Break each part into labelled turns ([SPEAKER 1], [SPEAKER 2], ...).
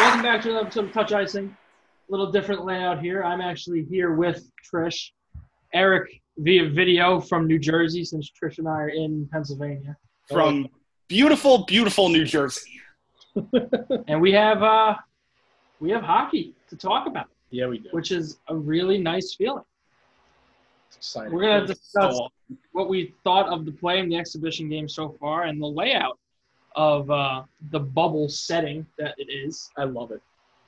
[SPEAKER 1] welcome back to some touch icing. A little different layout here. I'm actually here with Trish, Eric via video from New Jersey, since Trish and I are in Pennsylvania,
[SPEAKER 2] from beautiful, beautiful New Jersey.
[SPEAKER 1] and we have uh, we have hockey to talk about,
[SPEAKER 3] Yeah, we do.
[SPEAKER 1] which is a really nice feeling.
[SPEAKER 3] It's exciting.
[SPEAKER 1] We're gonna discuss
[SPEAKER 2] So,
[SPEAKER 1] what we thought of the play and the exhibition game so far, and the layout of uh, the bubble setting that it is.
[SPEAKER 3] I love it.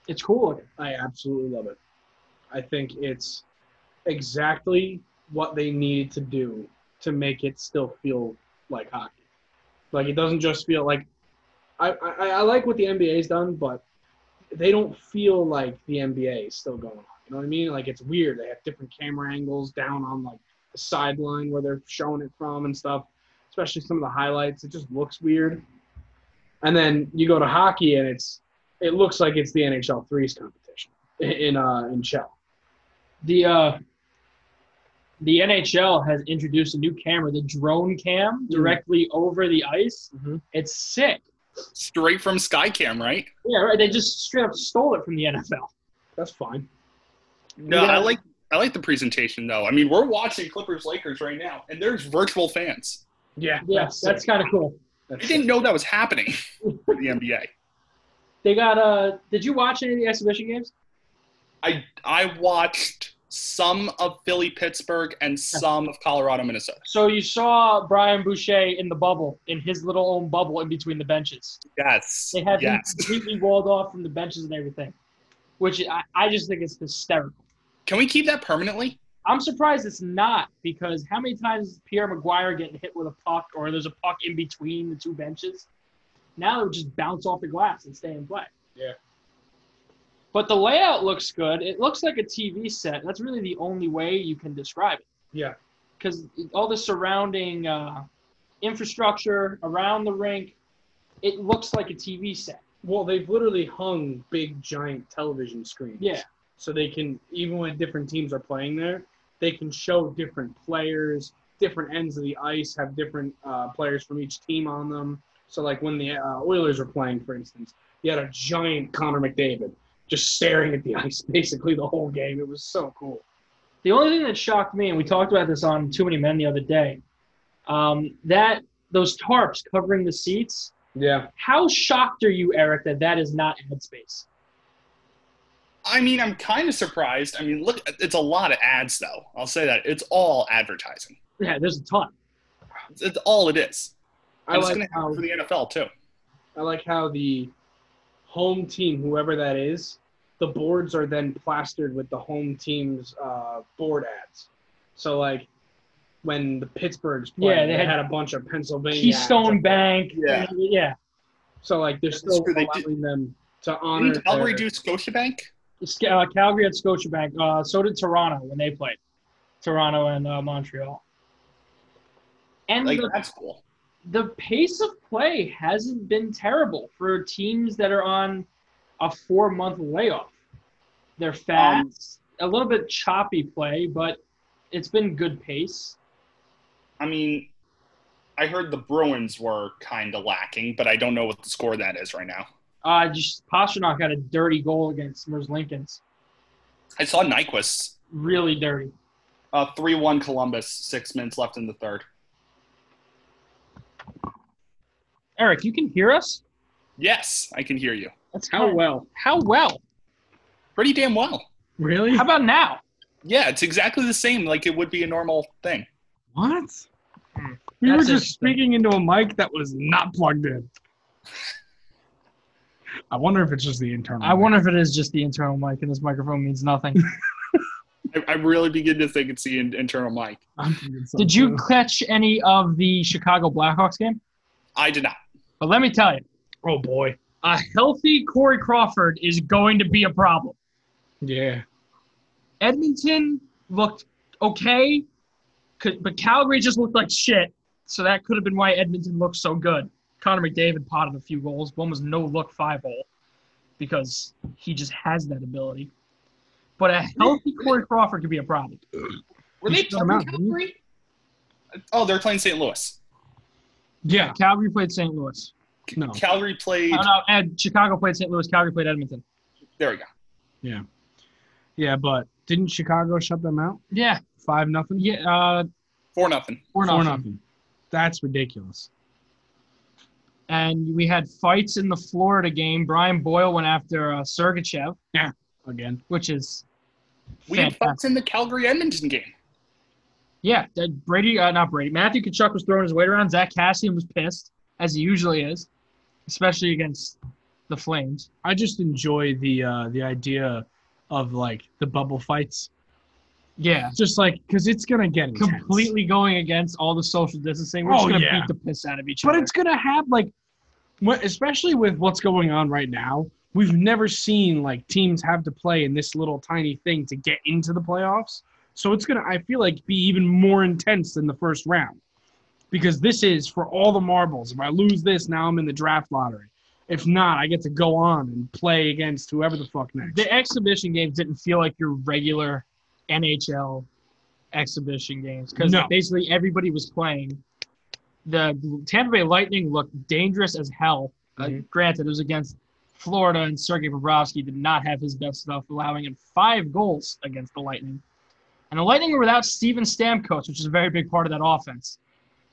[SPEAKER 1] It's cool. looking.
[SPEAKER 3] I absolutely love it. I think it's exactly what they needed to do to make it still feel like hockey. Like it doesn't just feel like I, I, I like what the NBA's done, but they don't feel like the NBA is still going on. You know what I mean? Like it's weird. They have different camera angles down on like the sideline where they're showing it from and stuff. Especially some of the highlights. It just looks weird. And then you go to hockey and it's it looks like it's the NHL threes competition in- in uh in Shell.
[SPEAKER 1] The uh, the NHL has introduced a new camera, the drone cam, directly over the ice.
[SPEAKER 3] Mhm.
[SPEAKER 1] It's sick.
[SPEAKER 2] straight from Skycam, right?
[SPEAKER 1] Yeah, right. They just straight up stole it from the NFL.
[SPEAKER 3] That's fine.
[SPEAKER 2] No,
[SPEAKER 1] Yeah.
[SPEAKER 2] I like I like the presentation though. I mean, we're watching Clippers Lakers right now, and there's virtual fans.
[SPEAKER 3] Yeah,
[SPEAKER 1] Yeah, that's, kind of cool.
[SPEAKER 2] I didn't know that was happening for the NBA.
[SPEAKER 1] They got uh did you watch any of the exhibition games?
[SPEAKER 2] I I watched some of Philly Pittsburgh and some of Colorado Minnesota.
[SPEAKER 1] So you saw Brian Boucher in the bubble, in his little own bubble in between the benches.
[SPEAKER 2] Yes.
[SPEAKER 1] They had
[SPEAKER 2] yes.
[SPEAKER 1] him completely walled off from the benches and everything. Which I, I just think is hysterical.
[SPEAKER 2] Can we keep that permanently?
[SPEAKER 1] I'm surprised it's not because how many times is Pierre Maguire getting hit with a puck or there's a puck in between the two benches? Now it would just bounce off the glass and stay in play.
[SPEAKER 3] Yeah.
[SPEAKER 1] But the layout looks good. It looks like a TV set. That's really the only way you can describe it.
[SPEAKER 3] Yeah.
[SPEAKER 1] Because all the surrounding uh, infrastructure around the rink, it looks like a TV set.
[SPEAKER 3] Well, they've literally hung big giant television screens.
[SPEAKER 1] Yeah.
[SPEAKER 3] So they can even when different teams are playing there, they can show different players, different ends of the ice have different uh, players from each team on them. So like when the uh, Oilers were playing, for instance, you had a giant Connor McDavid just staring at the ice basically the whole game. It was so cool.
[SPEAKER 1] The only thing that shocked me, and we talked about this on Too Many Men the other day, um, that those tarps covering the seats.
[SPEAKER 3] Yeah.
[SPEAKER 1] How shocked are you, Eric, that that is not ad space?
[SPEAKER 2] I mean, I'm kind of surprised. I mean, look, it's a lot of ads though. I'll say that. It's all advertising.
[SPEAKER 1] Yeah, there's a ton.
[SPEAKER 2] It's, it's all it is.
[SPEAKER 3] I
[SPEAKER 2] And it's
[SPEAKER 3] like
[SPEAKER 2] gonna
[SPEAKER 3] how
[SPEAKER 2] happen for the NFL too.
[SPEAKER 3] I like how the home team, whoever that is, the boards are then plastered with the home team's uh, board ads. So like when the Pittsburghs played,
[SPEAKER 1] Yeah,
[SPEAKER 3] they,
[SPEAKER 1] they
[SPEAKER 3] had,
[SPEAKER 1] had
[SPEAKER 3] a bunch of Pennsylvania.
[SPEAKER 1] Keystone
[SPEAKER 3] ads.
[SPEAKER 1] Bank.
[SPEAKER 2] Yeah.
[SPEAKER 1] Yeah.
[SPEAKER 3] So like they're
[SPEAKER 2] That's
[SPEAKER 3] still
[SPEAKER 2] true, they
[SPEAKER 3] allowing them to honor.
[SPEAKER 2] Didn't Calgary
[SPEAKER 3] their-
[SPEAKER 2] do Scotiabank?
[SPEAKER 1] It's, uh, Calgary at Scotiabank. Uh, so did Toronto when they played. Toronto and uh, Montreal. And
[SPEAKER 2] Like
[SPEAKER 1] the,
[SPEAKER 2] that's cool.
[SPEAKER 1] the pace of play hasn't been terrible for teams that are on a four month layoff. They're fast, a little bit choppy play, but it's been good pace.
[SPEAKER 2] I mean, I heard the Bruins were kind of lacking, but I don't know what the score that is right now.
[SPEAKER 1] Uh, just Pasternak got a dirty goal against Mers Lincoln's.
[SPEAKER 2] I saw Nyquist
[SPEAKER 1] Really dirty.
[SPEAKER 2] uh, three-one Columbus, six minutes left in the third.
[SPEAKER 1] Eric, you can hear us?
[SPEAKER 2] Yes, I can hear you
[SPEAKER 1] That's
[SPEAKER 3] How
[SPEAKER 1] well.
[SPEAKER 3] well?
[SPEAKER 1] How well?
[SPEAKER 2] pretty damn well.
[SPEAKER 3] Really?
[SPEAKER 1] How about now?
[SPEAKER 2] Yeah, it's exactly the same like it would be a normal thing.
[SPEAKER 4] What?
[SPEAKER 1] Hmm.
[SPEAKER 4] We were
[SPEAKER 1] That's
[SPEAKER 4] just
[SPEAKER 1] interesting.
[SPEAKER 4] speaking into a mic that was not plugged in. I wonder if it's just the internal.
[SPEAKER 1] I wonder if it is just the internal mic and this microphone means nothing.
[SPEAKER 2] I, I really begin to think it's the in- internal mic.
[SPEAKER 1] Did you catch any of the Chicago Blackhawks game?
[SPEAKER 2] I did not.
[SPEAKER 1] But let me tell you,
[SPEAKER 4] Oh boy.
[SPEAKER 1] a healthy Corey Crawford is going to be a problem.
[SPEAKER 4] Yeah.
[SPEAKER 1] Edmonton looked okay, could, but Calgary just looked like shit. So that could have been why Edmonton looked so good. Connor McDavid potted a few goals. One was no look five hole because he just has that ability. But a healthy Corey Crawford could be a problem.
[SPEAKER 2] Were
[SPEAKER 4] You
[SPEAKER 2] they
[SPEAKER 4] shut 'em
[SPEAKER 2] playing
[SPEAKER 4] out, didn't you?
[SPEAKER 2] Calgary? Oh, they're playing St. Louis.
[SPEAKER 4] Yeah.
[SPEAKER 1] Calgary played St. Louis.
[SPEAKER 4] No.
[SPEAKER 2] Calgary played.
[SPEAKER 1] Uh, Oh, no, and Chicago played St. Louis. Calgary played Edmonton.
[SPEAKER 2] There we go.
[SPEAKER 3] Yeah, but didn't Chicago shut them out?
[SPEAKER 1] Yeah,
[SPEAKER 3] Five nothing.
[SPEAKER 1] yeah, uh,
[SPEAKER 2] Four nothing.
[SPEAKER 1] four
[SPEAKER 3] Four
[SPEAKER 1] nothing.
[SPEAKER 3] nothing. That's ridiculous.
[SPEAKER 1] And we had fights in the Florida game. Brian Boyle went after uh, Sergachev,
[SPEAKER 3] Again.
[SPEAKER 1] which is
[SPEAKER 2] We had
[SPEAKER 1] fantastic.
[SPEAKER 2] fucks in the Calgary Edmonton game.
[SPEAKER 1] Yeah, that Brady, uh, not Brady. Matthew Kachuk was throwing his weight around. Zach Cassian was pissed, as he usually is, especially against the Flames.
[SPEAKER 3] I just enjoy the uh, the idea of like the bubble fights.
[SPEAKER 1] Yeah,
[SPEAKER 3] Just like because it's gonna get intense.
[SPEAKER 1] completely going against all the social distancing. We're just
[SPEAKER 3] Oh,
[SPEAKER 1] gonna
[SPEAKER 3] yeah.
[SPEAKER 1] beat the piss out of each
[SPEAKER 3] But
[SPEAKER 1] other.
[SPEAKER 3] it's gonna have like, what- especially with what's going on right now. We've never seen like teams have to play in this little tiny thing to get into the playoffs. So it's gonna, I feel like, be even more intense than the first round, because this is for all the marbles. If I lose this, now I'm in the draft lottery. If not, I get to go on and play against whoever the fuck next.
[SPEAKER 1] the exhibition games didn't feel like your regular NHL exhibition games because
[SPEAKER 3] No.
[SPEAKER 1] basically everybody was playing. The Tampa Bay Lightning looked dangerous as hell. Uh,
[SPEAKER 3] Mhm.
[SPEAKER 1] granted, it was against Florida, and Sergei Bobrovsky did not have his best stuff, allowing him five goals against the Lightning. And the Lightning were without Steven Stamkos, which is a very big part of that offense.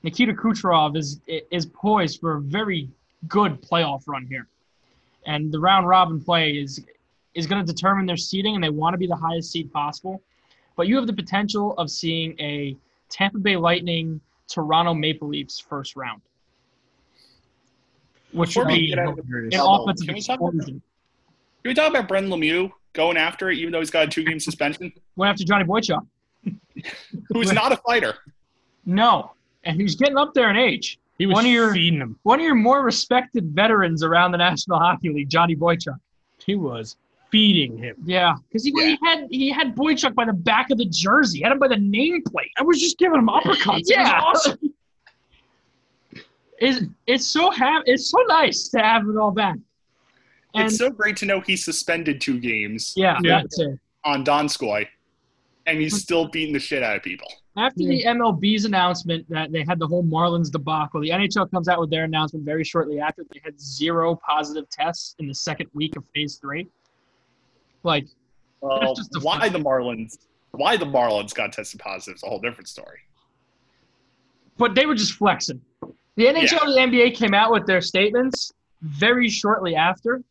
[SPEAKER 1] Nikita Kucherov is is poised for a very good playoff run here, and the round robin play is is going to determine their seeding, and they want to be the highest seed possible. But you have the potential of seeing a Tampa Bay Lightning, Toronto Maple Leafs first round, which
[SPEAKER 2] Before
[SPEAKER 1] would
[SPEAKER 2] we
[SPEAKER 1] be
[SPEAKER 2] get
[SPEAKER 1] an
[SPEAKER 2] out of the-
[SPEAKER 3] Hilarious.
[SPEAKER 2] Yeah. Although,
[SPEAKER 1] offensive
[SPEAKER 2] can we talk about
[SPEAKER 1] explosion.
[SPEAKER 2] Can we talk about Brendan Lemieux going after it, even though he's got a two-game suspension?
[SPEAKER 1] Went after Johnny Boychuk.
[SPEAKER 2] Who's not a fighter?
[SPEAKER 1] No, and he's getting up there in age.
[SPEAKER 3] He was
[SPEAKER 1] One of your-
[SPEAKER 3] feeding him.
[SPEAKER 1] One of your more respected veterans around the National Hockey League, Johnny Boychuk.
[SPEAKER 3] He was feeding him.
[SPEAKER 1] Yeah, because he,
[SPEAKER 2] Yeah.
[SPEAKER 1] he had he had Boychuk by the back of the jersey, had him by the nameplate.
[SPEAKER 3] I was just giving him uppercuts.
[SPEAKER 1] Yeah.
[SPEAKER 3] It was awesome.
[SPEAKER 1] It's, it's so ha- it's so nice to have it all back. And
[SPEAKER 2] it's so great to know he suspended two games
[SPEAKER 1] yeah,
[SPEAKER 3] Yeah.
[SPEAKER 1] that too.
[SPEAKER 2] on Donskoy, and he's still beating the shit out of people.
[SPEAKER 1] After the MLB's announcement that they had the whole Marlins debacle, the NHL comes out with their announcement very shortly after. They had zero positive tests in the second week of phase three. Like,
[SPEAKER 2] Well,
[SPEAKER 1] just a
[SPEAKER 2] why
[SPEAKER 1] fact.
[SPEAKER 2] the Marlins? Why the Marlins got tested positive is a whole different story.
[SPEAKER 1] but they were just flexing. The NHL and the NBA came out with their statements very shortly after,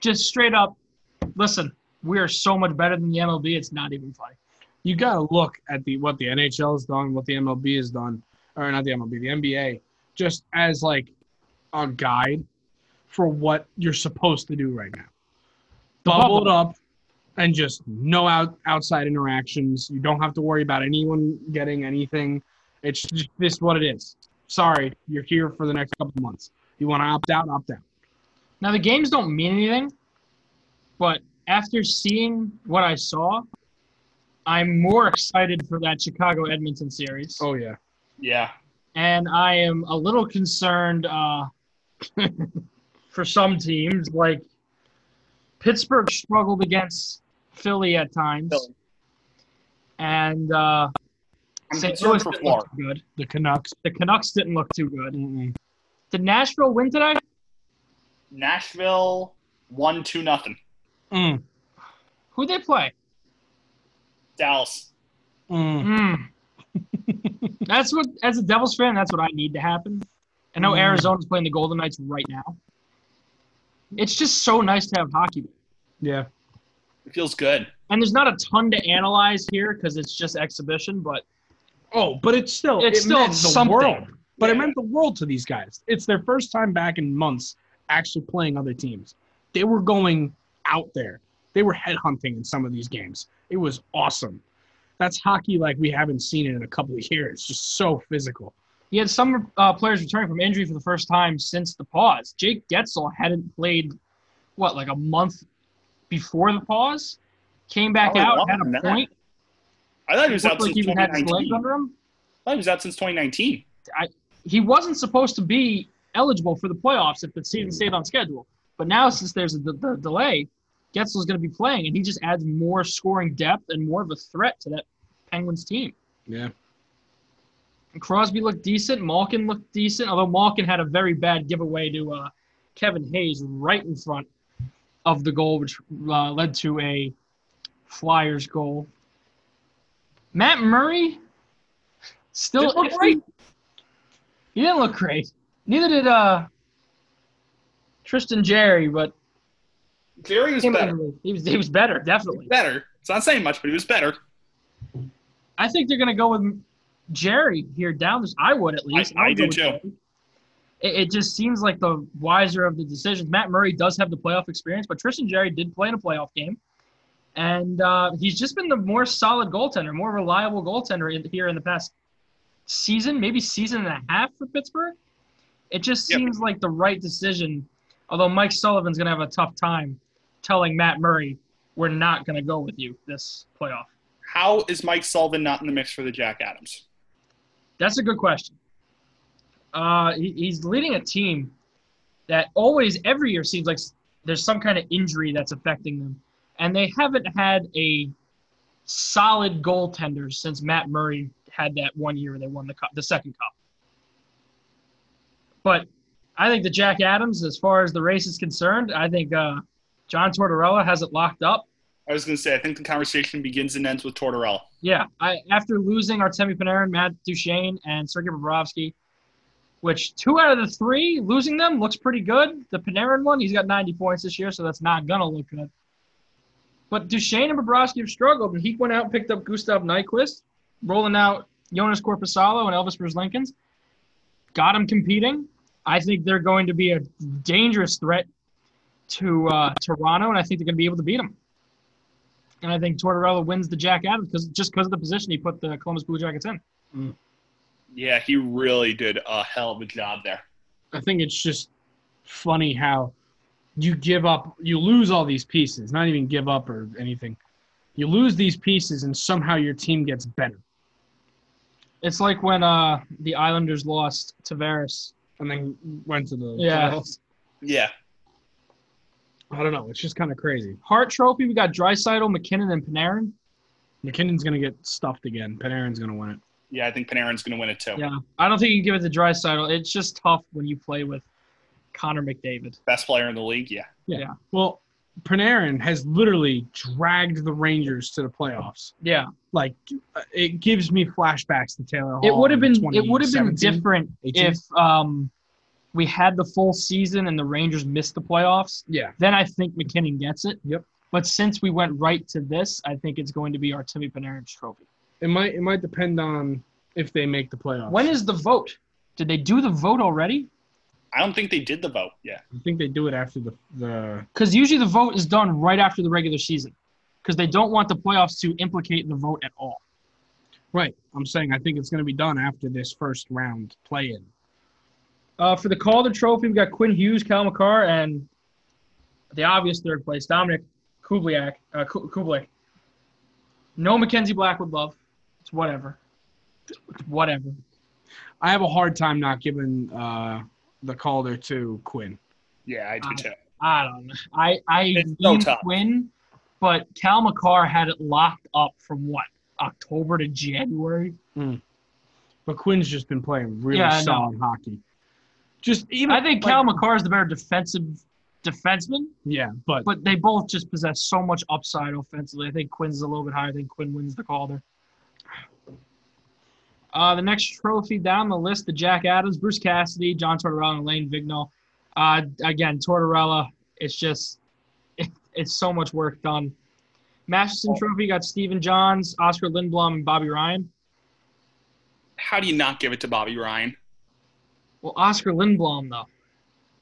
[SPEAKER 1] just straight up. Listen, we are so much better than the MLB. It's not even funny.
[SPEAKER 3] you got to look at the what the NHL has done, what the MLB has done, or not the MLB, the NBA, just as like a guide for what you're supposed to do right now.
[SPEAKER 1] bubble.
[SPEAKER 3] Bubbled up and just no out, outside interactions. You don't have to worry about anyone getting anything. It's just this is what it is. Sorry, you're here for the next couple of months. You want to opt out, opt out.
[SPEAKER 1] Now the games don't mean anything, but after seeing what I saw, I'm more excited for that Chicago Edmonton series,
[SPEAKER 3] Oh yeah,
[SPEAKER 2] Yeah,
[SPEAKER 1] and I am a little concerned uh, for some teams. Like Pittsburgh struggled against Philly at times,
[SPEAKER 2] Philly.
[SPEAKER 1] and uh,
[SPEAKER 2] I'm
[SPEAKER 1] St.
[SPEAKER 2] concerned
[SPEAKER 1] Louis
[SPEAKER 2] for
[SPEAKER 1] didn't look
[SPEAKER 2] Florida.
[SPEAKER 1] too good.
[SPEAKER 3] the Canucks.
[SPEAKER 1] The Canucks didn't look too good.
[SPEAKER 3] Mm-mm.
[SPEAKER 1] Did Nashville win today?
[SPEAKER 2] Nashville one two nothing.
[SPEAKER 3] Mm,
[SPEAKER 1] Who'd they play?
[SPEAKER 2] Dallas.
[SPEAKER 3] mm.
[SPEAKER 1] Mm. that's what, as a Devils fan, that's what I need to happen. I know
[SPEAKER 2] Hmm.
[SPEAKER 3] Mm.
[SPEAKER 1] Arizona's playing the Golden Knights right now. It's just so nice to have hockey.
[SPEAKER 3] Yeah,
[SPEAKER 2] It feels good.
[SPEAKER 1] And there's not a ton to analyze here because it's just exhibition, but
[SPEAKER 3] Oh, but it's still
[SPEAKER 1] It's
[SPEAKER 3] it
[SPEAKER 1] still
[SPEAKER 3] meant the
[SPEAKER 1] something.
[SPEAKER 3] world. But it
[SPEAKER 2] Yeah.
[SPEAKER 3] meant the world to these guys. It's their first time back in months actually playing other teams. They were going out there. They were headhunting in some of these games. It was awesome. That's hockey like we haven't seen it in a couple of years. Just so physical.
[SPEAKER 1] he had some uh, players returning from injury for the first time since the pause. Jake Getzel hadn't played, what, like a month before the pause? Came back
[SPEAKER 2] Probably
[SPEAKER 1] out,
[SPEAKER 2] longer
[SPEAKER 1] had
[SPEAKER 2] than
[SPEAKER 1] a
[SPEAKER 2] that.
[SPEAKER 1] point.
[SPEAKER 2] I thought he was out
[SPEAKER 1] Looked like
[SPEAKER 2] since
[SPEAKER 1] he even had his
[SPEAKER 2] 2019.
[SPEAKER 1] legs under him.
[SPEAKER 2] I thought he was out since 2019.
[SPEAKER 1] he wasn't supposed to be eligible for the playoffs if the season stayed on schedule. But now, since there's a d- d- delay, Getzel's going to be playing, and he just adds more scoring depth and more of a threat to that Penguins team.
[SPEAKER 3] Yeah.
[SPEAKER 1] And Crosby looked decent. Malkin looked decent, although Malkin had a very bad giveaway to uh, Kevin Hayes right in front of the goal, which uh, led to a Flyers goal. Matt Murray still
[SPEAKER 5] Didn't look
[SPEAKER 1] iffy.
[SPEAKER 5] great.
[SPEAKER 1] He didn't look great. Neither did uh, Tristan Jerry, but
[SPEAKER 2] Jerry was
[SPEAKER 1] he
[SPEAKER 2] better.
[SPEAKER 1] was he was better, definitely.
[SPEAKER 2] Better. It's not saying much, but he was better.
[SPEAKER 1] I think they're gonna go with Jerry here down this. I would at least.
[SPEAKER 2] I
[SPEAKER 1] would
[SPEAKER 2] do
[SPEAKER 1] go with
[SPEAKER 2] too.
[SPEAKER 1] Jerry. It, it just seems like the wiser of the decisions. Matt Murray does have the playoff experience, but Tristan Jerry did play in a playoff game, and uh, he's just been the more solid goaltender, more reliable goaltender in, here in the past season, maybe season and a half for Pittsburgh. It just
[SPEAKER 2] Yep.
[SPEAKER 1] seems like the right decision. Although Mike Sullivan's gonna have a tough time telling Matt Murray, "We're not gonna go with you this playoff."
[SPEAKER 2] How is Mike Sullivan not in the mix for the Jack Adams?
[SPEAKER 1] That's a good question. Uh, he, he's leading a team that always, every year, seems like s- there's some kind of injury that's affecting them, and they haven't had a solid goaltender since Matt Murray had that one year they won the cup, the second cup. But I think the Jack Adams, as far as the race is concerned, I think uh, John Tortorella has it locked up.
[SPEAKER 2] I was going to say, I think the conversation begins and ends with Tortorella.
[SPEAKER 1] Yeah, I, after losing Artemi Panarin, Matt Duchene, and Sergei Bobrovsky, which two out of the three losing them looks pretty good. The Panarin one, he's got 90 points this year, so that's not gonna look good. But Duchene and Bobrovsky have struggled, and he went out and picked up Gustav Nyquist, rolling out Jonas Corposalo and Elvis Merzlikins. Got him competing. I think they're going to be a dangerous threat to uh, Toronto, and I think they're going to be able to beat them. And I think Tortorella wins the Jack Adams because just because of the position he put the Columbus Blue Jackets in.
[SPEAKER 2] Yeah, he really did a hell of a job there.
[SPEAKER 3] I think it's just funny how you give up, you lose all these pieces, not even give up or anything. You lose these pieces and somehow your team gets better
[SPEAKER 1] It's like when uh, the Islanders lost Tavares.
[SPEAKER 3] and then went to the
[SPEAKER 1] Yeah.
[SPEAKER 3] playoffs.
[SPEAKER 2] Yeah.
[SPEAKER 3] I don't know. It's just kind of crazy.
[SPEAKER 1] Hart Trophy, we got Dreisaitl, McKinnon, and Panarin.
[SPEAKER 3] McKinnon's going to get stuffed again. Panarin's going to win it.
[SPEAKER 2] Yeah, I think Panarin's going to win it too.
[SPEAKER 1] Yeah, I don't think you can give it to Dreisaitl. It's just tough when you play with Connor McDavid.
[SPEAKER 2] Best player in the league. Yeah.
[SPEAKER 3] Well, Panarin has literally dragged the Rangers to the playoffs.
[SPEAKER 1] Yeah,
[SPEAKER 3] Like, uh, it gives me flashbacks to Taylor Hall.
[SPEAKER 1] it would have
[SPEAKER 3] in
[SPEAKER 1] been it would have been
[SPEAKER 3] 2017.
[SPEAKER 1] different
[SPEAKER 3] 18?
[SPEAKER 1] if um, we had the full season and the Rangers missed the playoffs.
[SPEAKER 3] Yeah.
[SPEAKER 1] Then I think McKinnon gets it.
[SPEAKER 3] Yep.
[SPEAKER 1] But since we went right to this, I think it's going to be Artemi Panarin's trophy.
[SPEAKER 3] It might it might depend on if they make the playoffs.
[SPEAKER 1] When is the vote? Did they do the vote already?
[SPEAKER 2] I don't think they did the vote. Yeah.
[SPEAKER 3] I think they do it after the the
[SPEAKER 1] Because usually the vote is done right after the regular season, because they don't want the playoffs to implicate the vote at all.
[SPEAKER 3] right. I'm saying I think it's going to be done after this first round play-in.
[SPEAKER 1] Uh, for the Calder Trophy, we got Quinn Hughes, Cal McCarr, and the obvious third place, Dominic Kubliak. Uh, Ku- Kublik. No Mackenzie Blackwood love. It's whatever. It's whatever.
[SPEAKER 3] I have a hard time not giving uh, the Calder to Quinn.
[SPEAKER 2] Yeah, I do
[SPEAKER 1] Uh,
[SPEAKER 2] too.
[SPEAKER 1] I don't know. I I
[SPEAKER 2] It's so
[SPEAKER 1] lean
[SPEAKER 2] tough.
[SPEAKER 1] Quinn, but Cal McCarr had it locked up from what October to January.
[SPEAKER 3] But Quinn's just been playing really
[SPEAKER 1] Yeah, I know.
[SPEAKER 3] solid hockey. Just even
[SPEAKER 1] I think
[SPEAKER 3] like-
[SPEAKER 1] Cal McCarr is the better defensive defenseman,
[SPEAKER 3] Yeah, but
[SPEAKER 1] but they both just possess so much upside offensively. I think Quinn's a little bit higher. I think Quinn wins the Calder. Uh, the next trophy down the list: the Jack Adams, Bruce Cassidy, John Tortorella, and Lane Vigneault. Uh, again, Tortorella. It's just it, it's so much work done. Masterson Trophy you got Stephen Johns, Oscar Lindblom, and Bobby Ryan.
[SPEAKER 2] How do you not give it to Bobby Ryan?
[SPEAKER 1] Well, Oscar Lindblom though.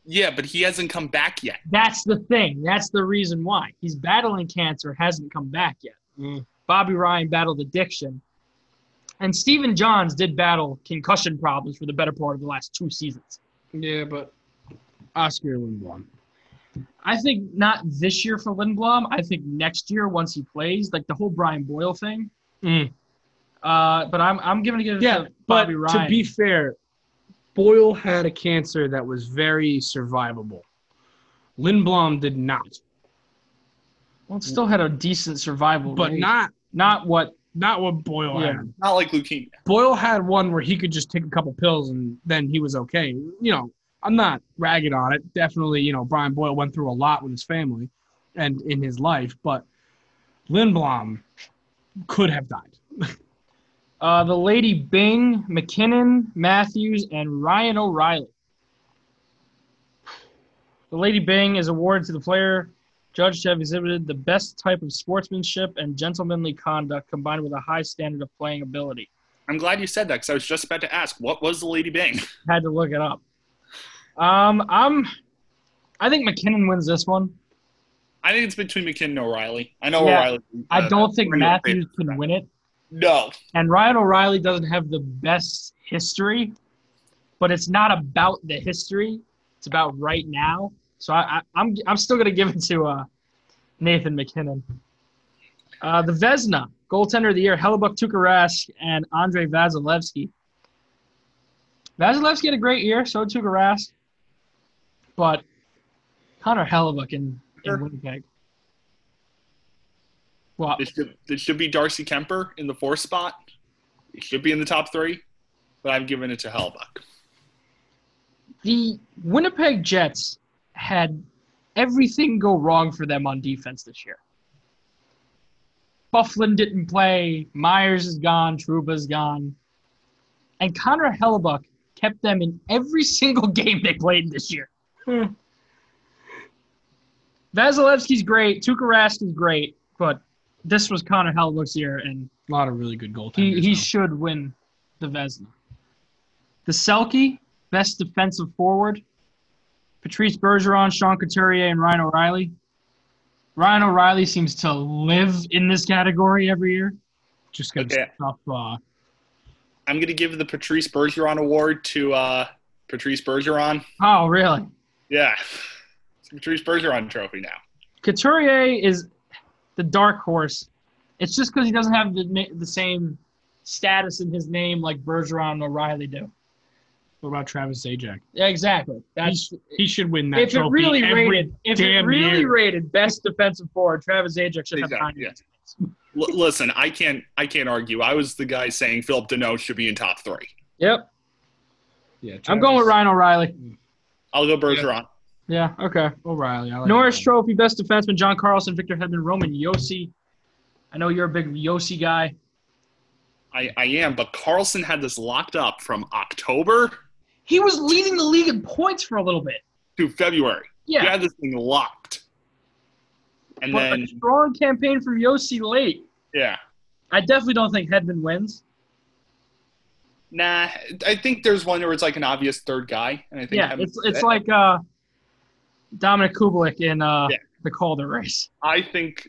[SPEAKER 2] Yeah, but he hasn't come back yet.
[SPEAKER 1] That's the thing. That's the reason why. He's battling cancer, hasn't come back yet.
[SPEAKER 3] Mm.
[SPEAKER 1] Bobby Ryan battled addiction. And Stephen Johns did battle concussion problems for the better part of the last two seasons.
[SPEAKER 3] yeah, but Oscar Lindblom.
[SPEAKER 1] I think not this year for Lindblom. I think next year once he plays, like the whole Brian Boyle thing.
[SPEAKER 3] Mm.
[SPEAKER 1] Uh, but I'm I'm giving it
[SPEAKER 3] Yeah,
[SPEAKER 1] to
[SPEAKER 3] but
[SPEAKER 1] Bobby Ryan.
[SPEAKER 3] to be fair, Boyle had a cancer that was very survivable. Lindblom did not,
[SPEAKER 1] well, still had a decent survival,
[SPEAKER 3] but
[SPEAKER 1] rate.
[SPEAKER 3] not
[SPEAKER 1] not what
[SPEAKER 3] not what Boyle
[SPEAKER 1] Yeah.
[SPEAKER 3] had.
[SPEAKER 2] Not like leukemia.
[SPEAKER 3] Boyle had one where he could just take a couple pills and then he was okay. You know, I'm not ragging on it. Definitely, you know, Brian Boyle went through a lot with his family, and in his life, but Lindblom could have died.
[SPEAKER 1] Uh, the Lady Bing, McKinnon, Matthews, and Ryan O'Reilly. The Lady Bing is awarded to the player judged to have exhibited the best type of sportsmanship and gentlemanly conduct combined with a high standard of playing ability.
[SPEAKER 2] I'm glad you said that because I was just about to ask, what was the Lady Bing?
[SPEAKER 1] Had to look it up. Um, I'm, I think McKinnon wins this one.
[SPEAKER 2] I think it's between McKinnon and O'Reilly. I know
[SPEAKER 1] Yeah.
[SPEAKER 2] O'Reilly.
[SPEAKER 1] I
[SPEAKER 2] uh,
[SPEAKER 1] don't think
[SPEAKER 2] we're gonna
[SPEAKER 1] Matthews
[SPEAKER 2] win.
[SPEAKER 1] can win it.
[SPEAKER 2] No.
[SPEAKER 1] And Ryan O'Reilly doesn't have the best history, but it's not about the history. It's about right now. So I, I, I'm I'm still gonna give it to uh, Nathan McKinnon. Uh, the Vesna goaltender of the year: Hellebuck Tukarask and Andre Vasilevsky. Vasilevsky had a great year, so did Tukarask, but Connor Hellebuck in, in Winnipeg. Well,
[SPEAKER 2] It should, it should be Darcy Kemper in the fourth spot. It should be in the top three, but I'm giving it to Hellbuck.
[SPEAKER 1] the Winnipeg Jets had everything go wrong for them on defense this year. Bufflin didn't play. Myers is gone. Truba's gone. And Connor Hellebuck kept them in every single game they played this year. Vasilevsky's great. Tukarask is great. But this was Connor Hellebuck's year, and
[SPEAKER 3] A lot of really good goaltenders.
[SPEAKER 1] he, he
[SPEAKER 3] though.
[SPEAKER 1] should win the Vesna. The Selkie, best defensive forward. Patrice Bergeron, Sean Couturier, and Ryan O'Reilly. Ryan O'Reilly seems to live in this category every year.
[SPEAKER 3] just got
[SPEAKER 2] Okay.
[SPEAKER 3] stuff. Uh,
[SPEAKER 2] I'm going to give the Patrice Bergeron award to uh, Patrice Bergeron.
[SPEAKER 1] Oh, really?
[SPEAKER 2] Yeah. It's the Patrice Bergeron trophy now.
[SPEAKER 1] Couturier is the dark horse. It's just because he doesn't have the, na- the same status in his name like Bergeron and O'Reilly do.
[SPEAKER 3] what about Travis Zajac?
[SPEAKER 1] Yeah, exactly. That's
[SPEAKER 3] He should win that
[SPEAKER 1] if it
[SPEAKER 3] trophy
[SPEAKER 1] really
[SPEAKER 3] every
[SPEAKER 1] rated, if it
[SPEAKER 3] damn
[SPEAKER 1] really
[SPEAKER 3] year.
[SPEAKER 1] rated best defensive forward, Travis Zajac should have
[SPEAKER 2] Exactly,
[SPEAKER 1] nine.
[SPEAKER 2] yeah. L- listen, I can't I can't argue. I was the guy saying Philip Deneau should be in top three.
[SPEAKER 1] Yep,
[SPEAKER 3] Yeah,
[SPEAKER 1] I'm going with Ryan
[SPEAKER 3] Travis
[SPEAKER 1] O'Reilly.
[SPEAKER 2] I'll go Bergeron.
[SPEAKER 1] Yeah, okay.
[SPEAKER 3] O'Reilly. I like
[SPEAKER 1] Norris
[SPEAKER 3] that.
[SPEAKER 1] Trophy best defenseman John Carlson, Victor Hedman, Roman Yossi. I know you're a big Yossi guy.
[SPEAKER 2] I, I am, but Carlson had this locked up from October
[SPEAKER 1] He was leading the league in points for a little bit.
[SPEAKER 2] to February. You
[SPEAKER 1] Yeah,
[SPEAKER 2] had this thing locked. And
[SPEAKER 1] but
[SPEAKER 2] then
[SPEAKER 1] a strong campaign from Yossi late.
[SPEAKER 2] yeah.
[SPEAKER 1] I definitely don't think Hedman wins.
[SPEAKER 2] Nah, I think there's one where it's like an obvious third guy, and I think
[SPEAKER 1] Yeah,
[SPEAKER 2] Hedman's
[SPEAKER 1] it's it's
[SPEAKER 2] it.
[SPEAKER 1] like uh, Dominic Kubalik in uh,
[SPEAKER 2] Yeah.
[SPEAKER 1] the Calder race.
[SPEAKER 2] I think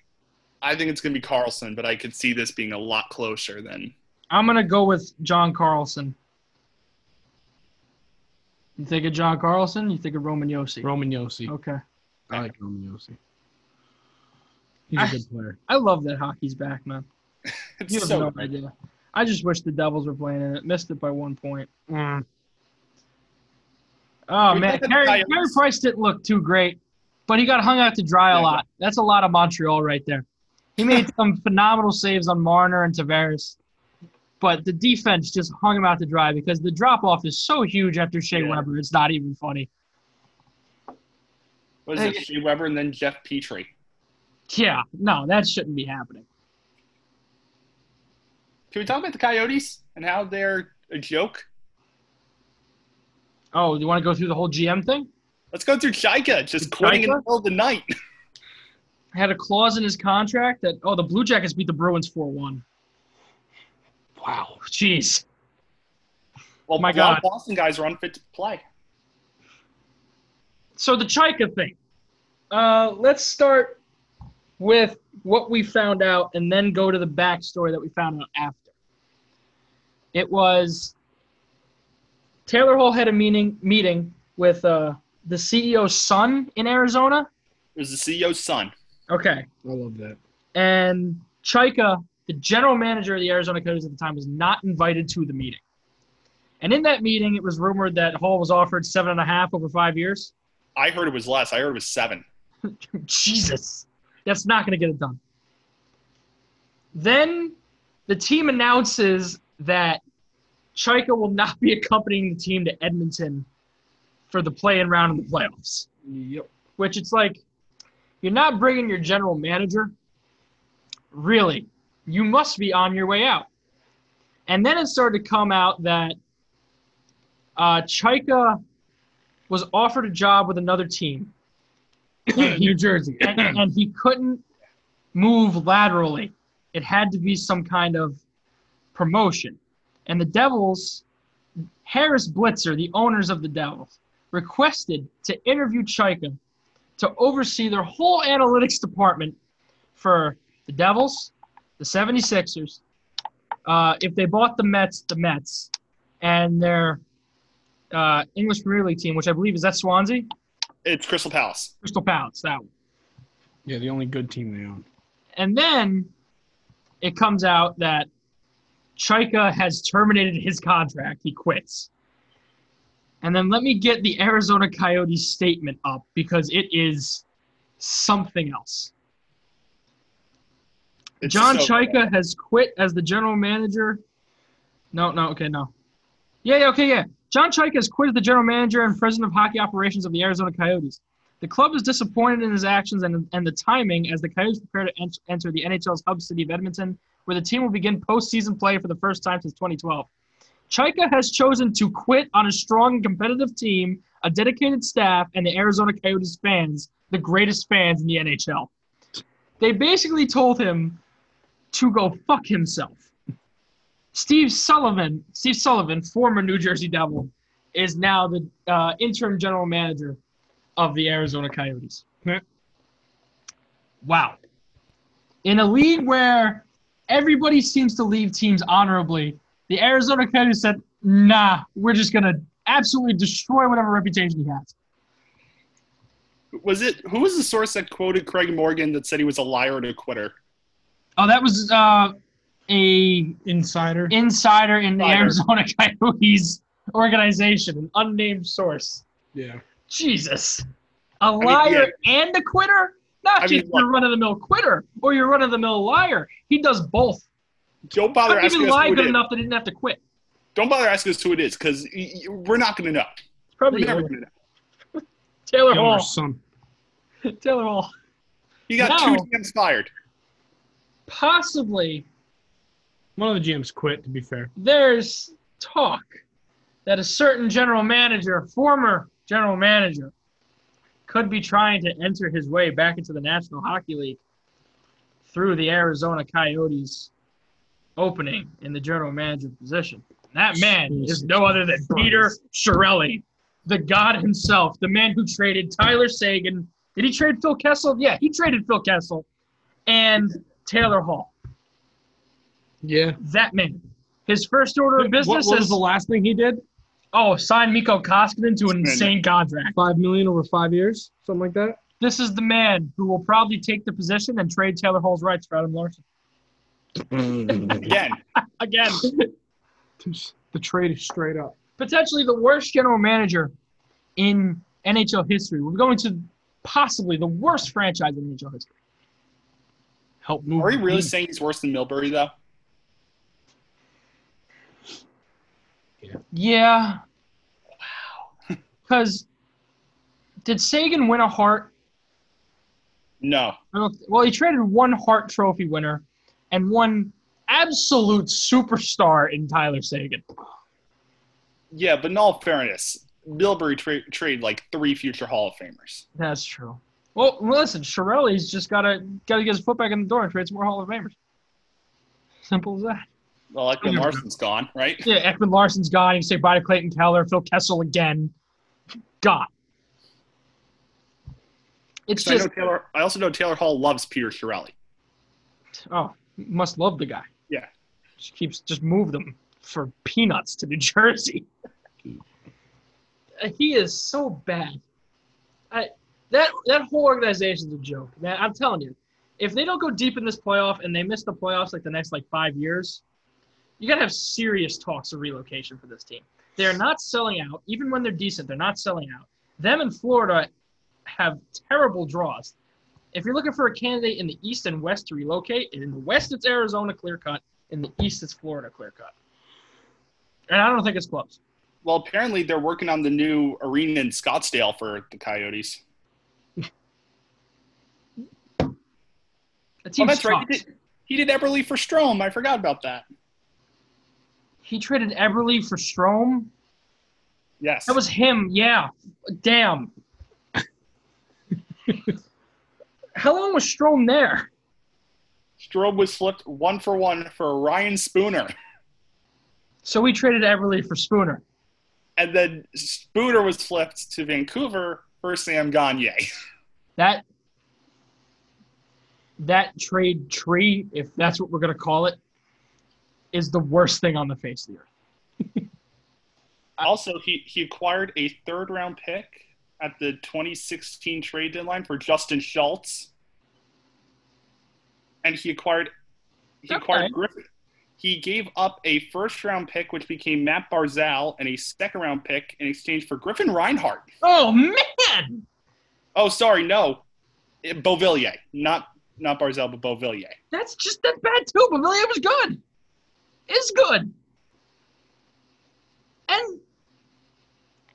[SPEAKER 2] I think it's gonna be Carlson, but I could see this being a lot closer than
[SPEAKER 1] I'm gonna go with John Carlson. You think of John Carlson? You think of Roman Yossi?
[SPEAKER 3] Roman Yossi.
[SPEAKER 1] Okay,
[SPEAKER 3] I like Roman Yossi. He's
[SPEAKER 1] I-
[SPEAKER 3] a good player.
[SPEAKER 1] I love that hockey's back, man.
[SPEAKER 2] it's
[SPEAKER 1] You have
[SPEAKER 2] so
[SPEAKER 1] no idea. I just wish the Devils were playing in it. Missed it by one point. Mm. Oh
[SPEAKER 2] We
[SPEAKER 1] man,
[SPEAKER 2] got the
[SPEAKER 1] Carey,
[SPEAKER 2] Coyotes.
[SPEAKER 1] Carey Price didn't look too great, but he got hung out to dry a
[SPEAKER 2] Yeah.
[SPEAKER 1] lot. That's a lot of Montreal right there. He made some phenomenal saves on Marner and Tavares, but the defense just hung him out to dry because the drop off is so huge after Shea
[SPEAKER 2] Yeah.
[SPEAKER 1] Weber. It's not even funny.
[SPEAKER 2] what is it, Shea Weber and then Jeff Petrie.
[SPEAKER 1] Yeah, no, that shouldn't be happening.
[SPEAKER 2] Can we talk about the Coyotes and how they're a joke?
[SPEAKER 1] Oh, you want to go through the whole GM thing?
[SPEAKER 2] Let's go through Chaika just quitting in the
[SPEAKER 1] Chaika?
[SPEAKER 2] middle of the night.
[SPEAKER 1] Had a clause in his contract that oh the Blue Jackets beat the Bruins four one.
[SPEAKER 3] Wow.
[SPEAKER 1] Jeez.
[SPEAKER 2] Well,
[SPEAKER 1] Oh my
[SPEAKER 2] a lot of
[SPEAKER 1] God.
[SPEAKER 2] Boston guys are unfit to play.
[SPEAKER 1] so the Chaika thing. Uh, let's start with what we found out and then go to the backstory that we found out after. It was Taylor Hall had a meeting meeting with uh, the CEO's son in Arizona.
[SPEAKER 2] It was the CEO's son.
[SPEAKER 1] Okay.
[SPEAKER 3] I love that.
[SPEAKER 1] And Chaika, the general manager of the Arizona Coyotes at the time, was not invited to the meeting. And in that meeting, it was rumored that Hall was offered seven and a half over five years.
[SPEAKER 2] I heard it was less. I heard it was seven.
[SPEAKER 1] Jesus, that's not going to get it done. Then the team announces that Chaika will not be accompanying the team to Edmonton for the play-in round in the playoffs.
[SPEAKER 3] Yep.
[SPEAKER 1] Which it's like, You're not bringing your general manager. Really, you must be on your way out. And then it started to come out that uh, Chaika was offered a job with another team,
[SPEAKER 3] New Jersey.
[SPEAKER 1] and, and he couldn't move laterally. It had to be some kind of promotion. And the Devils, Harris Blitzer, the owners of the Devils, requested to interview Chaika to oversee their whole analytics department for the Devils, the 76ers, uh, if they bought the Mets, the Mets, and their uh, English Premier League team, which I believe is that Swansea,
[SPEAKER 2] It's Crystal Palace.
[SPEAKER 1] Crystal Palace, that one.
[SPEAKER 3] yeah, the only good team they own.
[SPEAKER 1] And then it comes out that Chaika has terminated his contract. He quits. And then let me get the Arizona Coyotes statement up because it is something else.
[SPEAKER 2] It's
[SPEAKER 1] John
[SPEAKER 2] so
[SPEAKER 1] Chaika
[SPEAKER 2] bad.
[SPEAKER 1] has quit as the general manager. No, no, okay, no. Yeah, yeah, okay, yeah. John Chaika has quit as the general manager and president of hockey operations of the Arizona Coyotes. The club is disappointed in his actions and, and the timing as the Coyotes prepare to en- enter the NHL's hub city of Edmonton, where the team will begin postseason play for the first time since 2012. Chaika has chosen to quit on a strong and competitive team, a dedicated staff, and the Arizona Coyotes fans, the greatest fans in the NHL. They basically told him to go fuck himself. Steve Sullivan, Steve Sullivan, former New Jersey Devil, is now the uh, interim general manager of the Arizona Coyotes.
[SPEAKER 3] Yeah.
[SPEAKER 1] wow. In a league where everybody seems to leave teams honorably, the Arizona Coyotes said, "Nah, we're just gonna absolutely destroy whatever reputation he has."
[SPEAKER 2] Was it who was the source that quoted Craig Morgan that said he was a liar and a quitter?
[SPEAKER 1] Oh, that was uh, a
[SPEAKER 3] Insider.
[SPEAKER 1] insider in the
[SPEAKER 2] Insider.
[SPEAKER 1] Arizona Coyotes organization, an unnamed source.
[SPEAKER 3] yeah.
[SPEAKER 1] Jesus. A
[SPEAKER 2] mean,
[SPEAKER 1] liar and a quitter? Not
[SPEAKER 2] I mean,
[SPEAKER 1] just a
[SPEAKER 2] look.
[SPEAKER 1] run of the mill quitter or your run of the mill liar. He does both.
[SPEAKER 2] Don't bother
[SPEAKER 1] Couldn't
[SPEAKER 2] asking
[SPEAKER 1] even
[SPEAKER 2] us
[SPEAKER 1] lie
[SPEAKER 2] who it
[SPEAKER 1] good
[SPEAKER 2] is.
[SPEAKER 1] enough that he didn't have to quit.
[SPEAKER 2] Don't bother asking us who it is because y- y- we're not going to know.
[SPEAKER 1] It's
[SPEAKER 2] We're
[SPEAKER 1] probably
[SPEAKER 2] never
[SPEAKER 1] Taylor,
[SPEAKER 2] going to know.
[SPEAKER 1] Taylor
[SPEAKER 3] Him or
[SPEAKER 1] Hall.
[SPEAKER 3] some.
[SPEAKER 1] Taylor Hall.
[SPEAKER 2] He got
[SPEAKER 1] No.
[SPEAKER 2] two teams fired.
[SPEAKER 1] Possibly
[SPEAKER 3] One of the GMs quit. To be fair.
[SPEAKER 1] there's talk that a certain general manager, former general manager, could be trying to enter his way back into the National Hockey League through the Arizona Coyotes opening in the general manager position. That man is no other than Peter Shirelli, the god himself, the man who traded Tyler Sagan. Did he trade Phil Kessel? Yeah, he traded Phil Kessel and Taylor Hall.
[SPEAKER 3] Yeah.
[SPEAKER 1] That man. His first order of
[SPEAKER 3] What,
[SPEAKER 1] business
[SPEAKER 3] what
[SPEAKER 1] is
[SPEAKER 3] was the last thing he did?
[SPEAKER 1] Oh, sign Miko Koskinen to an
[SPEAKER 2] Spin it.
[SPEAKER 1] insane contract.
[SPEAKER 3] Five million over five years, something like that.
[SPEAKER 1] This is the man who will probably take the position and trade Taylor Hall's rights for Adam Larson.
[SPEAKER 2] Again,
[SPEAKER 1] Again,
[SPEAKER 3] The trade is straight up.
[SPEAKER 1] potentially the worst general manager in NHL history. We're going to possibly the worst franchise in NHL history.
[SPEAKER 3] Help move.
[SPEAKER 2] are you
[SPEAKER 3] the
[SPEAKER 2] really
[SPEAKER 3] team.
[SPEAKER 2] saying he's worse than Milbury, though?
[SPEAKER 1] Yeah. Wow. Because did Sagan win a Hart?
[SPEAKER 2] No.
[SPEAKER 1] I don't- Well, he traded one Hart Trophy winner and one absolute superstar in Tyler Sagan.
[SPEAKER 2] Yeah, but in all fairness, Milbury tra- traded like three future Hall of Famers.
[SPEAKER 1] That's true. Well, listen, Shirelli's just gotta gotta get his foot back in the door and trade some more Hall of Famers. Simple as that.
[SPEAKER 2] Well, like when Larson's gone, right?
[SPEAKER 1] Yeah, Ekman Larson's gone. You say bye to Clayton Keller, Phil Kessel again. God, it's
[SPEAKER 2] 'Cause I, know
[SPEAKER 1] just
[SPEAKER 2] Taylor, I also know Taylor Hall loves Peter Shirelli.
[SPEAKER 1] oh, must love the guy.
[SPEAKER 2] Yeah.
[SPEAKER 1] just keeps just move them for peanuts to New Jersey. Uh, he is so bad. I that that whole organization's a joke, man. I'm telling you, if they don't go deep in this playoff and they miss the playoffs like the next like five years, you gotta have serious talks of relocation for this team. They're not selling out, even when they're decent. They're not selling out. Them and Florida have terrible draws. If you're looking for a candidate in the East and West to relocate, in the West it's Arizona clear cut. In the East, it's Florida clear cut. And I don't think it's close.
[SPEAKER 2] Well, apparently they're working on the new arena in Scottsdale for the Coyotes.
[SPEAKER 1] That
[SPEAKER 2] Oh,
[SPEAKER 1] team
[SPEAKER 2] that's
[SPEAKER 1] sucks.
[SPEAKER 2] right. He did, he did Eberle for Strom. I forgot about that.
[SPEAKER 1] He traded Eberle for Strom.
[SPEAKER 2] Yes.
[SPEAKER 1] That was him. Yeah. Damn. How long was Strom there?
[SPEAKER 2] Strom was flipped one for one for Ryan Spooner.
[SPEAKER 1] So we traded Everly for Spooner.
[SPEAKER 2] And then Spooner was flipped to Vancouver for Sam Gagne.
[SPEAKER 1] That that trade tree, if that's what we're gonna call it, is the worst thing on the face of the earth.
[SPEAKER 2] Also, he, he acquired a third round pick at the 2016 trade deadline for Justin Schultz. And he acquired he
[SPEAKER 1] Okay.
[SPEAKER 2] acquired Griffin. He gave up a first round pick, which became Matt Barzell, and a second round pick in exchange for Griffin Reinhardt.
[SPEAKER 1] Oh man,
[SPEAKER 2] Oh, sorry, no. Eh, Beauvillier. Not not Barzell, but Beauvillier.
[SPEAKER 1] that's just that's bad too. But really, it was good. Is good. And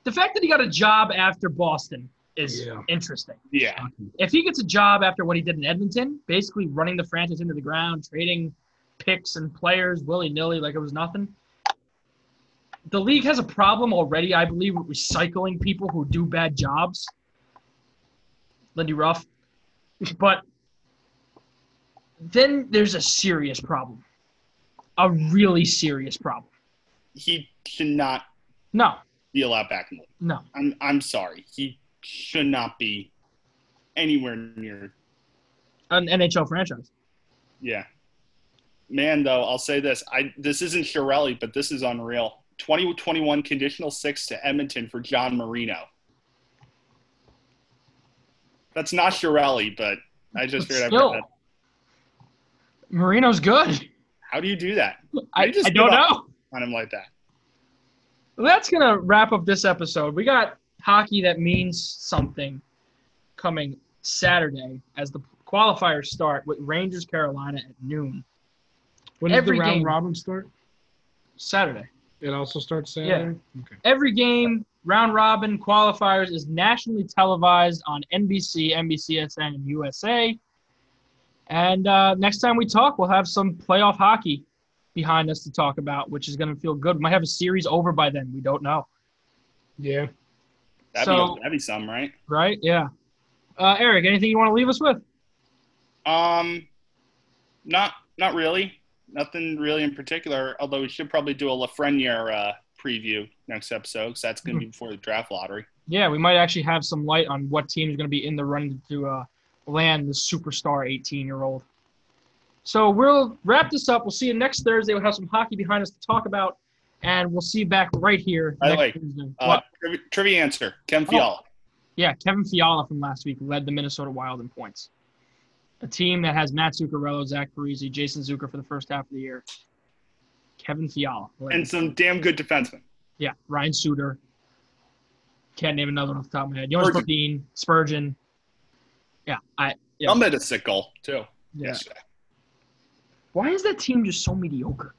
[SPEAKER 1] the fact that he got a job after Boston is
[SPEAKER 3] Yeah.
[SPEAKER 1] interesting.
[SPEAKER 2] Yeah.
[SPEAKER 1] if he gets a job after what he did in Edmonton, basically running the franchise into the ground, trading picks and players willy nilly like it was nothing. The league has a problem already, I believe, with recycling people who do bad jobs. Lindy Ruff. But then there's a serious problem. A really serious problem.
[SPEAKER 2] he should not
[SPEAKER 1] No,
[SPEAKER 2] be allowed back in the league.
[SPEAKER 1] no.
[SPEAKER 2] I'm I'm sorry. He should not be anywhere near.
[SPEAKER 1] An NHL franchise.
[SPEAKER 2] Yeah. Man, though, I'll say this. I this isn't Shirelli, but this is unreal. 2021 conditional six to Edmonton for John Marino. That's not Shirelli, but I just
[SPEAKER 1] But
[SPEAKER 2] figured I'd
[SPEAKER 1] still.
[SPEAKER 2] that.
[SPEAKER 1] Marino's good.
[SPEAKER 2] How do you do that
[SPEAKER 1] I, I
[SPEAKER 2] just
[SPEAKER 1] don't
[SPEAKER 2] give up.
[SPEAKER 1] know.
[SPEAKER 2] on him like that?
[SPEAKER 1] Well, that's going to wrap up this episode. We got hockey that means something coming Saturday as the qualifiers start with Rangers Carolina at noon
[SPEAKER 3] When did the
[SPEAKER 1] Every
[SPEAKER 3] round
[SPEAKER 1] game.
[SPEAKER 3] robin start?
[SPEAKER 1] Saturday.
[SPEAKER 3] It also starts Saturday. Okay.
[SPEAKER 1] Every game, round robin qualifiers is nationally televised on NBC, NBCSN, and USA. And uh, next time we talk, we'll have some playoff hockey behind us to talk about, which is going to feel good. We might have a series over by then. We don't know.
[SPEAKER 3] Yeah.
[SPEAKER 2] That'd,
[SPEAKER 1] So-
[SPEAKER 2] be, that'd be some, right?
[SPEAKER 1] Right? Yeah. Uh, Eric, anything you want to leave us with?
[SPEAKER 2] Um, not not really. Nothing really in particular. Although we should probably do a Lafreniere uh, preview next episode because that's going to be
[SPEAKER 1] Mm-hmm.
[SPEAKER 2] before the draft lottery.
[SPEAKER 1] Yeah, we might actually have some light on what team is going to be in the run to uh, land the superstar 18 year old. So we'll wrap this up. We'll see you next Thursday. We'll have some hockey behind us to talk about, and we'll see you back right here.
[SPEAKER 2] By the
[SPEAKER 1] next
[SPEAKER 2] way,
[SPEAKER 1] Thursday.
[SPEAKER 2] Uh,
[SPEAKER 1] What? Oh.
[SPEAKER 2] triv- trivia answer: Ken Fiala.
[SPEAKER 1] Yeah, Kevin Fiala from last week led the Minnesota Wild in points. A team that has Matt Zuccarello, Zach Parisi, Jason Zucker for the first half of the year. Kevin Fiala. led
[SPEAKER 2] and some damn good defensemen.
[SPEAKER 1] Yeah, Ryan Suter. Can't name another one off the top of my head. Jonas
[SPEAKER 2] Spurgeon.
[SPEAKER 1] Brodin, Spurgeon. Yeah, I. Yeah.
[SPEAKER 2] I'm at a sick goal too.
[SPEAKER 1] yeah.
[SPEAKER 2] yesterday.
[SPEAKER 1] Why is that team just so mediocre?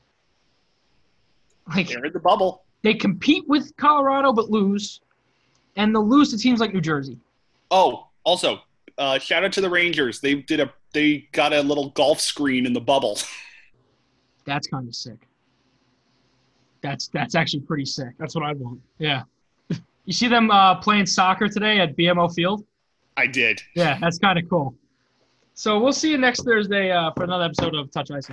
[SPEAKER 1] Like
[SPEAKER 2] They're in the bubble.
[SPEAKER 1] they compete with Colorado but lose, and they'll lose to teams like New Jersey.
[SPEAKER 2] Oh, also, uh, shout out to the Rangers. They did a they got a little golf screen in the bubble.
[SPEAKER 1] That's kind of sick. That's that's actually pretty sick.
[SPEAKER 3] That's what I want.
[SPEAKER 1] Yeah. You see them uh, playing soccer today at BMO Field.
[SPEAKER 2] I did.
[SPEAKER 1] Yeah, that's kind of cool. So we'll see you next Thursday uh, for another episode of Touch Ice.